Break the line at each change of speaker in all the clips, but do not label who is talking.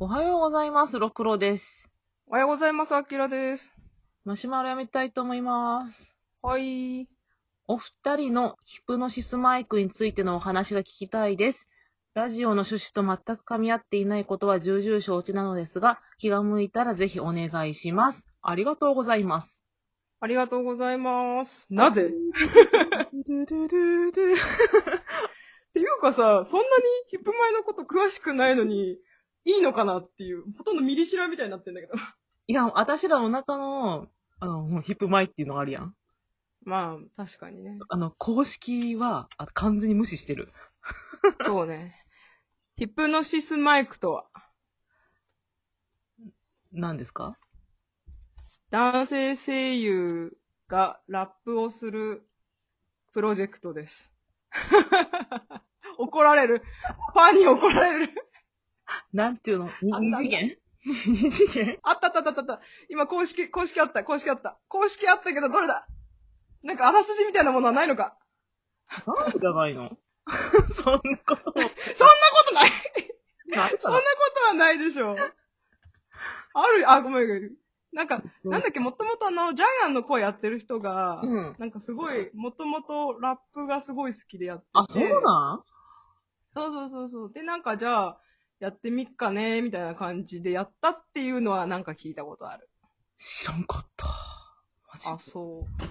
おはようございます、ろくろです。
おはようございます、あきらです。
マシュマロやめたいと思います。
はい。
お二人のヒプノシスマイクについてのお話が聞きたいです。ラジオの趣旨と全く噛み合っていないことは重々承知なのですが、気が向いたらぜひお願いします。ありがとうございます。
ありがとうございます。なぜ
ドゥドゥドゥド ゥ
っていうかさ、そんなにヒップマイのこと詳しくないのに、いいのかなっていう、ほとんどミリシラみたいになってんだけど。
いや、私らお腹の、あの、ヒップマイっていうのがあるやん。
まあ、確かにね。
あの、公式は、あ完全に無視してる。
そうね。ヒプノシスマイクとは、
何ですか
男性声優がラップをするプロジェクトです。 怒られる。 ファンに怒られる。
なんていうのに
あ
二次元 二次元
あったあったあったあった。今公式、公式あった、公式あった。公式あったけどどれだなんかあらすじみたいなものはないのか
なんじゃないの そんなこと。
そんなことない
ない
そんなことはないでしょう。ある、あ、ごめんごめん。なんか、なんだっけ、もともとあの、ジャイアンの声やってる人が、
うん。
なんかすごい、もともとラップがすごい好きでやってて。
あ、そうなん
そうそうそうそう。で、なんかじゃあ、やってみっかね、みたいな感じでやったっていうのはなんか聞いたことある。
知らんかった。マ
あ、
ジで。
そう。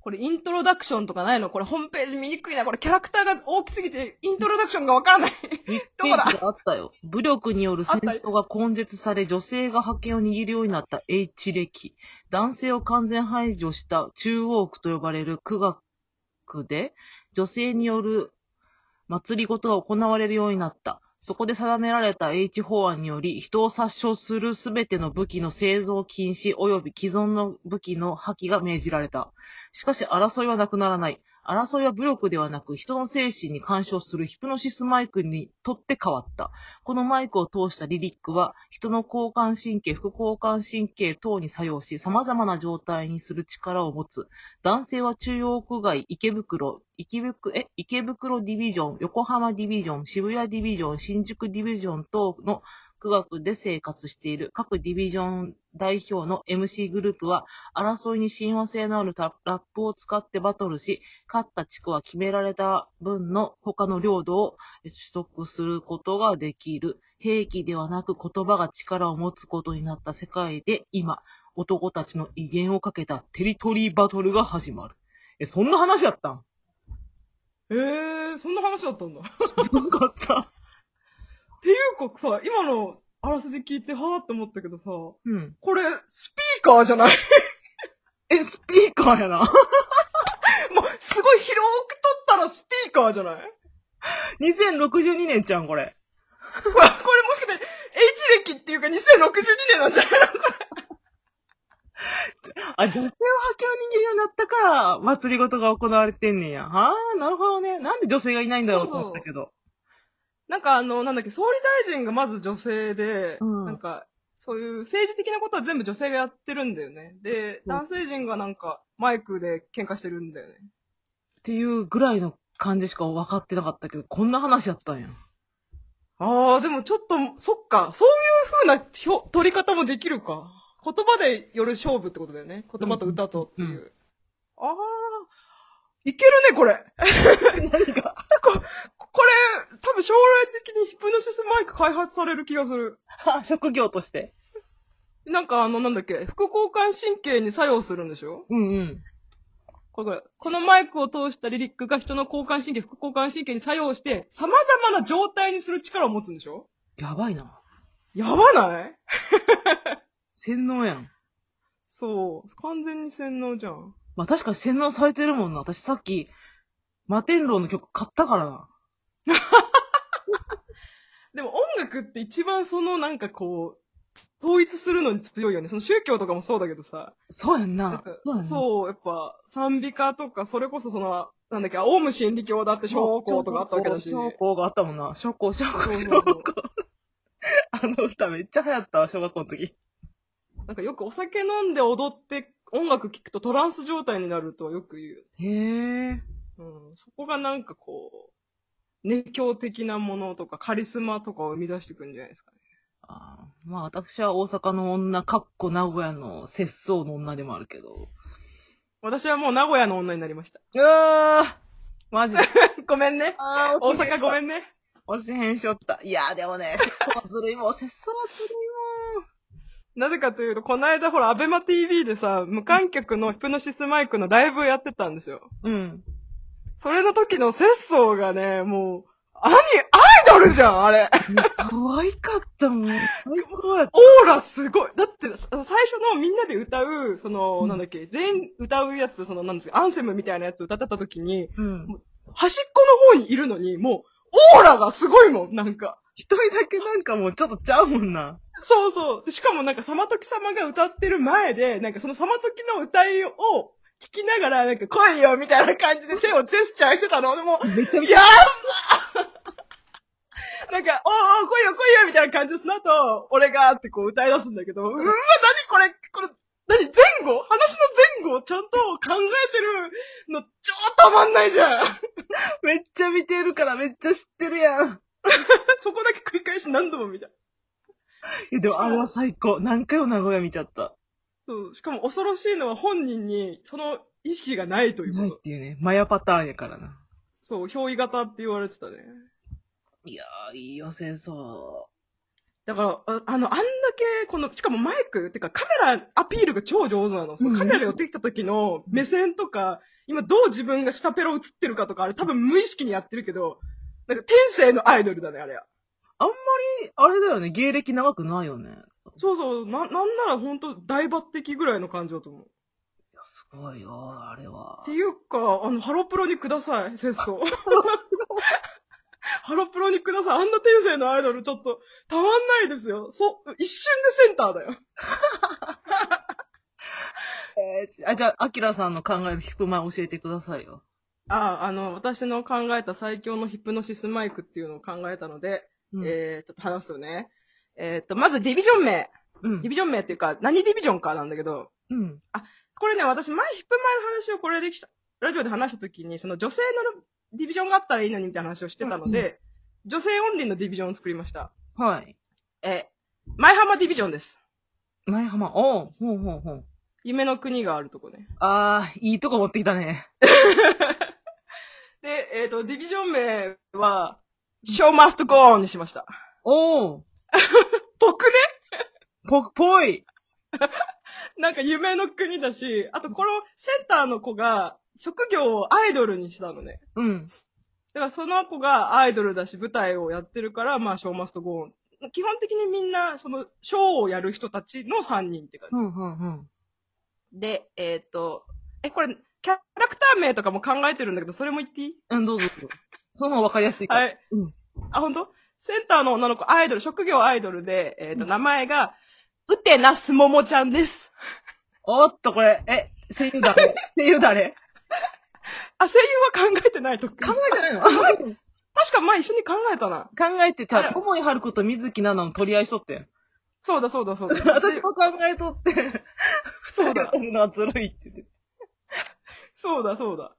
これイントロダクションとかないのこれホームページ見にくいな。これキャラクターが大きすぎて、イントロダクションがわからな い。
ペ
どこだ
ージがあったよ。武力による戦争が根絶され、女性が覇権を握るようになった H 歴。男性を完全排除した中央区と呼ばれる区学で、女性による祭り事が行われるようになった。そこで定められた H 法案により、人を殺傷するすべての武器の製造禁止及び既存の武器の破棄が命じられた。しかし争いはなくならない。争いは武力ではなく、人の精神に干渉するヒプノシスマイクにとって変わった。このマイクを通したリリックは、人の交感神経、副交感神経等に作用し、様々な状態にする力を持つ。男性は中央区外、池袋、池袋、え、池袋ディビジョン、横浜ディビジョン、渋谷ディビジョン、新宿ディビジョン等の区学で生活している。各ディビジョン代表の MC グループは、争いに親和性のあるララップを使ってバトルし、勝った地区は決められた分の他の領土を取得することができる。兵器ではなく言葉が力を持つことになった世界で今、男たちの威厳をかけたテリトリーバトルが始まる。え、そんな話だったん
えー、そんな話だったんだ。っ
知らんかった。
ていうかさ、今のあらすじ聞いて、はーって思ったけどさ、こ
うん。
れ、スピーカーじゃない
え、スピーカーやな。
もう、すごい広く撮ったらスピーカーじゃないわ、こ
2062年ちゃん、これ。
れもしかして、H 歴っていうか2062年なんじゃないの
あ、女性を覇権を握るようになったから、祭り事が行われてんねんや。ああ、なるほどね。なんで女性がいないんだろうと思ったけど。
なんかあの、なんだっけ、総理大臣がまず女性で、
うん
なんか、そういう政治的なことは全部女性がやってるんだよね。で、
うん
男性陣がなんか、マイクで喧嘩してるんだよね。
っていうぐらいの感じしか分かってなかったけど、こんな話やったんや。
あー、でもちょっと、そっか、そういう風なひょ取り方もできるか。言葉でよる勝負ってことだよね。言葉と歌とっていう。
うんう
あー、いけるね、これ。
何が
これ、多分将来的にヒプノシスマイク開発される気がする。
あ 職業として。
なんかあの、なんだっけ、副交感神経に作用するんでしょ
うんうん。
これこれこのマイクを通したリリックが人の交感神経、副交感神経に作用して、様々な状態にする力を持つんでしょ
やばいな。
やばない
洗脳やん。
そう。完全に洗脳じゃん。
まあ確かに洗脳されてるもんな。私さっき、摩天楼の曲買ったからな。
でも音楽って一番そのなんかこう、統一するのに強いよね。その宗教とかもそうだけどさ。
そうやん
なん
な
か。
そうやんな。
そう、やっぱ、賛美歌とか、それこそその、なんだっけ、オウム真理教だって
将校
小校とかあったわけだし。
将校があったもんな。将校、将校、
そう
将
そうそう
校。 あの歌めっちゃ流行ったわ、小学校の時。
なんかよくお酒飲んで踊って音楽聴くとトランス状態になるとはよく言う。
へえ。
うん、そこがなんかこう、熱狂的なものとかカリスマとかを生み出していくんじゃないですかね。
あーまあ私は大阪の女、かっこ名古屋の節操の女でもあるけど。
私はもう名古屋の女になりました。
うわマジで。
ごめんね。
あ
大阪ごめ
ん。
んね。
落ちへんしょった。いやーでもね、節操はずるいもん。節操はずるいもん。
なぜかというと、この間ほら、アベマ TV でさ、無観客のヒプノシスマイクのライブやってたんですよ。
うん。
それの時の節操がね、もう、兄、アイドルじゃん、あれ。
可愛かったもん。最高やった。
オーラすごい。だって、そ最初のみんなで歌う、その、
うん
なんだっけ、全員歌うやつ、その、なんですか、アンセムみたいなやつ歌ってた時に、
うん。
端っこの方にいるのに、もう、オーラがすごいもん、なんか。
一人だけなんかもうちょっとちゃうもんな。
そうそう。しかもなんか、サマトキ様が歌ってる前で、なんかそのサマトキの歌いを聞きながら、なんか、来いよみたいな感じで手をジェスチャーしてたの。でも、
めちゃめちゃ
やば なんか、おーおー来いよ来いよみたいな感じで、その後、俺がってこう歌い出すんだけ ど、うわ、なにこれ、これ、なに前後話の前後をちゃんと考えてるの、超たまんないじゃん
めっちゃ見てるからめっちゃ知ってるやん。
そこだけ繰り返し何度も見た。
いやでもあれは最高。何回も名古屋見ちゃった。
そう、しかも恐ろしいのは本人にその意識がないという
ない
こ
っ
と。
ていうね。マヤパターンやからな。
そう、憑依型って言われてたね。
いやー、いいよ、戦争。
だから、ああの、あんだけ、この、しかもマイク、てかカメラアピールが超上手なの。そ
うん
のカメラ寄ってきた時の目線とか、今どう自分が下ペロ映ってるかとか、あれ多分無意識にやってるけど、なんか天性のアイドルだね、あれは。
あれだよね、芸歴長くないよね。いや、
そうそう、な、なんならほんと大抜擢ぐらいの感じだと思う。
すごいよ、あれは
って。いうか、あの、ハロプロにください、節 操。ハロプロにください。あんな天性のアイドルちょっと、たまんないですよ。そ、一瞬でセンターだよ。
えーちあ、じゃあ、アキラさんの考える引く前教えてくださいよ。
ああ、あの、私の考えた最強のヒプノシスマイクっていうのを考えたので、
うん。
えー、ちょっと話すよね。えーっと、まずディビジョン名。
うん
ディビジョン名っていうか、何ディビジョンかなんだけど、
うん。
これね、私前、ヒップ前の話をこれできた、ラジオで話した時に、その女性のディビジョンがあったらいいのにみたいな話をしてたので、女性オンリーのディビジョンを作りました。
はい。
えー、舞浜ディビジョンです。
前浜、おう、ほうほうほう。
夢の国があるとこね。
あー、いいとこ持ってきたね。
で、えーっ、と、ディビジョン名は、show must go on にしました。
おう、
僕ね
ぽ、ぽい。
なんか夢の国だし、あとこのセンターの子が職業をアイドルにしたのね。
うん。
だからその子がアイドルだし舞台をやってるから、まあショーマストゴーン。基本的にみんなそのショーをやる人たちの3人って感
う
じ。
ん、うん、うん。
で、えっ、と、え、これキャラクター名とかも考えてるんだけど、それも言っていい
うん、どうぞどうぞ。その方がわかりやすいから。。
はいい。
うん
あ、ほんとセンターの女の子、アイドル、職業アイドルで、えっ、と、名前が、うてなすももちゃんです。
おっと、これ、え、声優誰 声優誰
あ、声優は考えてないと。考
考えてないの
確か前一緒に考えたな。
考えて、ちゃう、思いはること水木奈々の取り合いしとってん。
そうだそうだそう だ。
私も考えとって、二人で取るのはずるいって言って。
そうだそうだ。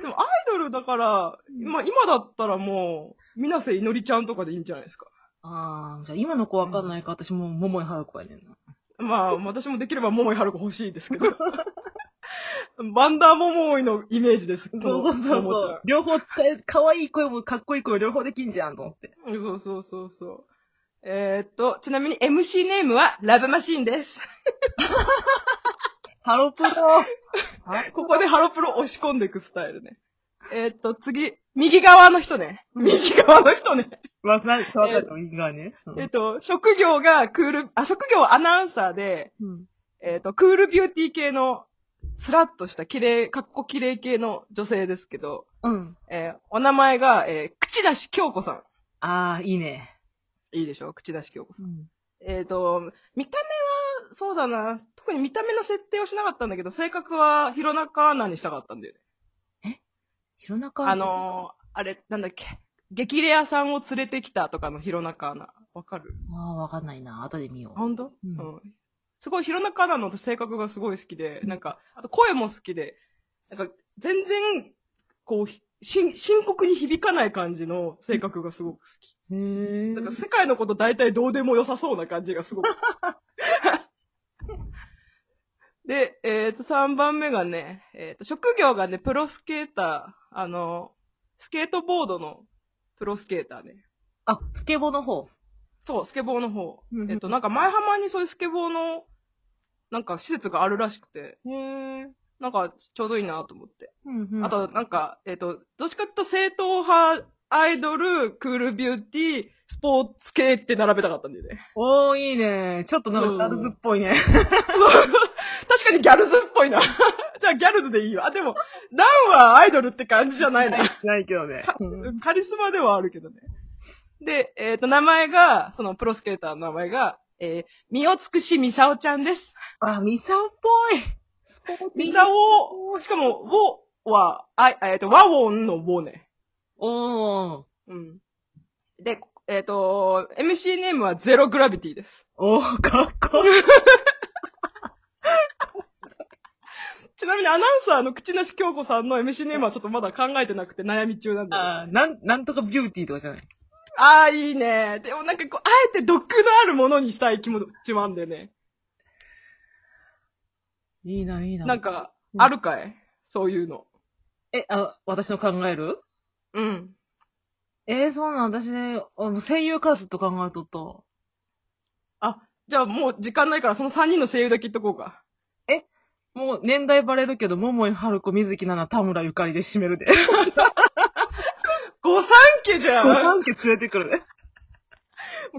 でもアイドルだから、まあ今だったらもう、水瀬いのりちゃんとかでいいんじゃないですか。
あー、じゃあ今の子わかんないから、私も桃井はる子やねんな。
まあ私もできれば桃井春子欲しいで すけど。バンダー桃井のイメージです。こ
そ
の
うそうそう
桃ち
そう。両方、かわいい声もかっこいい声も両方できんじゃんと思って。
ゃんそうそうそうそう。えー、っと、ちなみに MC ネームはラブマシーンです。
ハロプロ。
ここでハロプロ押し込んでいくスタイルね。えー、っと、次、右側の人ね。右側の人ね。
まあ、なんかわかるの、いいがね。うん
えっと、職業がクール、あ、職業アナウンサーで、
うん。
えっと、クールビューティー系の、スラッとした綺麗、かっこ綺麗系の女性ですけど、
うん。
えーお名前が、えー口出し京子さ
あー、いいね。
ん。いいでしょ口出し京子さん。
うん。
えっ、と、見た目は、そうだな、特に見た目の設定をしなかったんだけど、性格は弘中アナにしたかったんだよね。
弘中
あ、のーあれ、なんだっけ、激レアさんを連れてきたとかの弘中アナ。わかる
あー、わかんないな。後で見よう。
本当、
う
うんん、すごい、弘中アナの性格がすごい好きで、なんか、あと声も好きで、なんか、全然、こう、ひし深刻に響かない感じの性格がすごく好き。
へえ
だから世界のこと大体どうでも良さそうな感じがすごく好き。 で、えっ、と、3番目がね、えっ、と、職業がね、プロスケーター、あの、スケートボードのプロスケーターね。
あ、スケボーの方。
そう、スケボーの方
うんう。ん
えっと、なんか前浜にそういうスケボーの、なんか施設があるらしくて、
へえ。
なんかちょうどいいなと思って。
うんうん。
あと、なんか、えっと、どっちかっていうと正統派、アイドル、クールビューティー、スポーツ系って並べたかったんだよね。
おー、いいね。ちょっとなんかガールズっぽいね。
確かにギャルズっぽいな。 じゃあギャルズでいいよ。あ、でも、ダンはアイドルって感じじゃないね。
ないけどね。
カリスマではあるけどね。で、えっ、と、名前が、そのプロスケーターの名前が、えー、みおつくしみさおちゃんです。
あ、ミサオっぽい。スポーツ
みさお、しかも、ウォは、あ、えっ、と、和音のウォね。
おー。
うん。で、えっ、と、MC ネームはゼログラビティです。
おー、かっこいい。
ちなみにアナウンサーの口なし京子さんの MC ネームはちょっとまだ考えてなくて悩み中なんだよね
あーなん、なんとかビューティーとかじゃない。
ああ、いいね。でもなんかこう、あえて毒のあるものにしたい気持ちもあんだよね。
いいな、いいな。
なん、か、
うん
あるかいそういうの。
え、あ、私の考える
うん。
えー、そうなん、私、あもう声優からずっと考えとっ
じゃあもう時間ないからその3人の声優だけ言っとこうか。
た。もう年代バレるけど、桃井春子、水木奈々、田村ゆかりで締めるで。
御三家じゃん
ご
も
三家連れてくるで。
う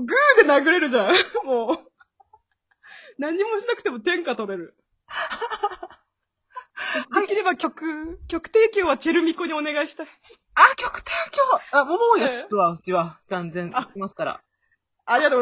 グーで殴れるじゃん もう。何もしなくても天下取れる。 できれば曲、曲提供はチェルミコにお願いしたい。
あ、曲提供あ、桃井やつは、うちは、断然、
あ
行きますから。
ありがとうございます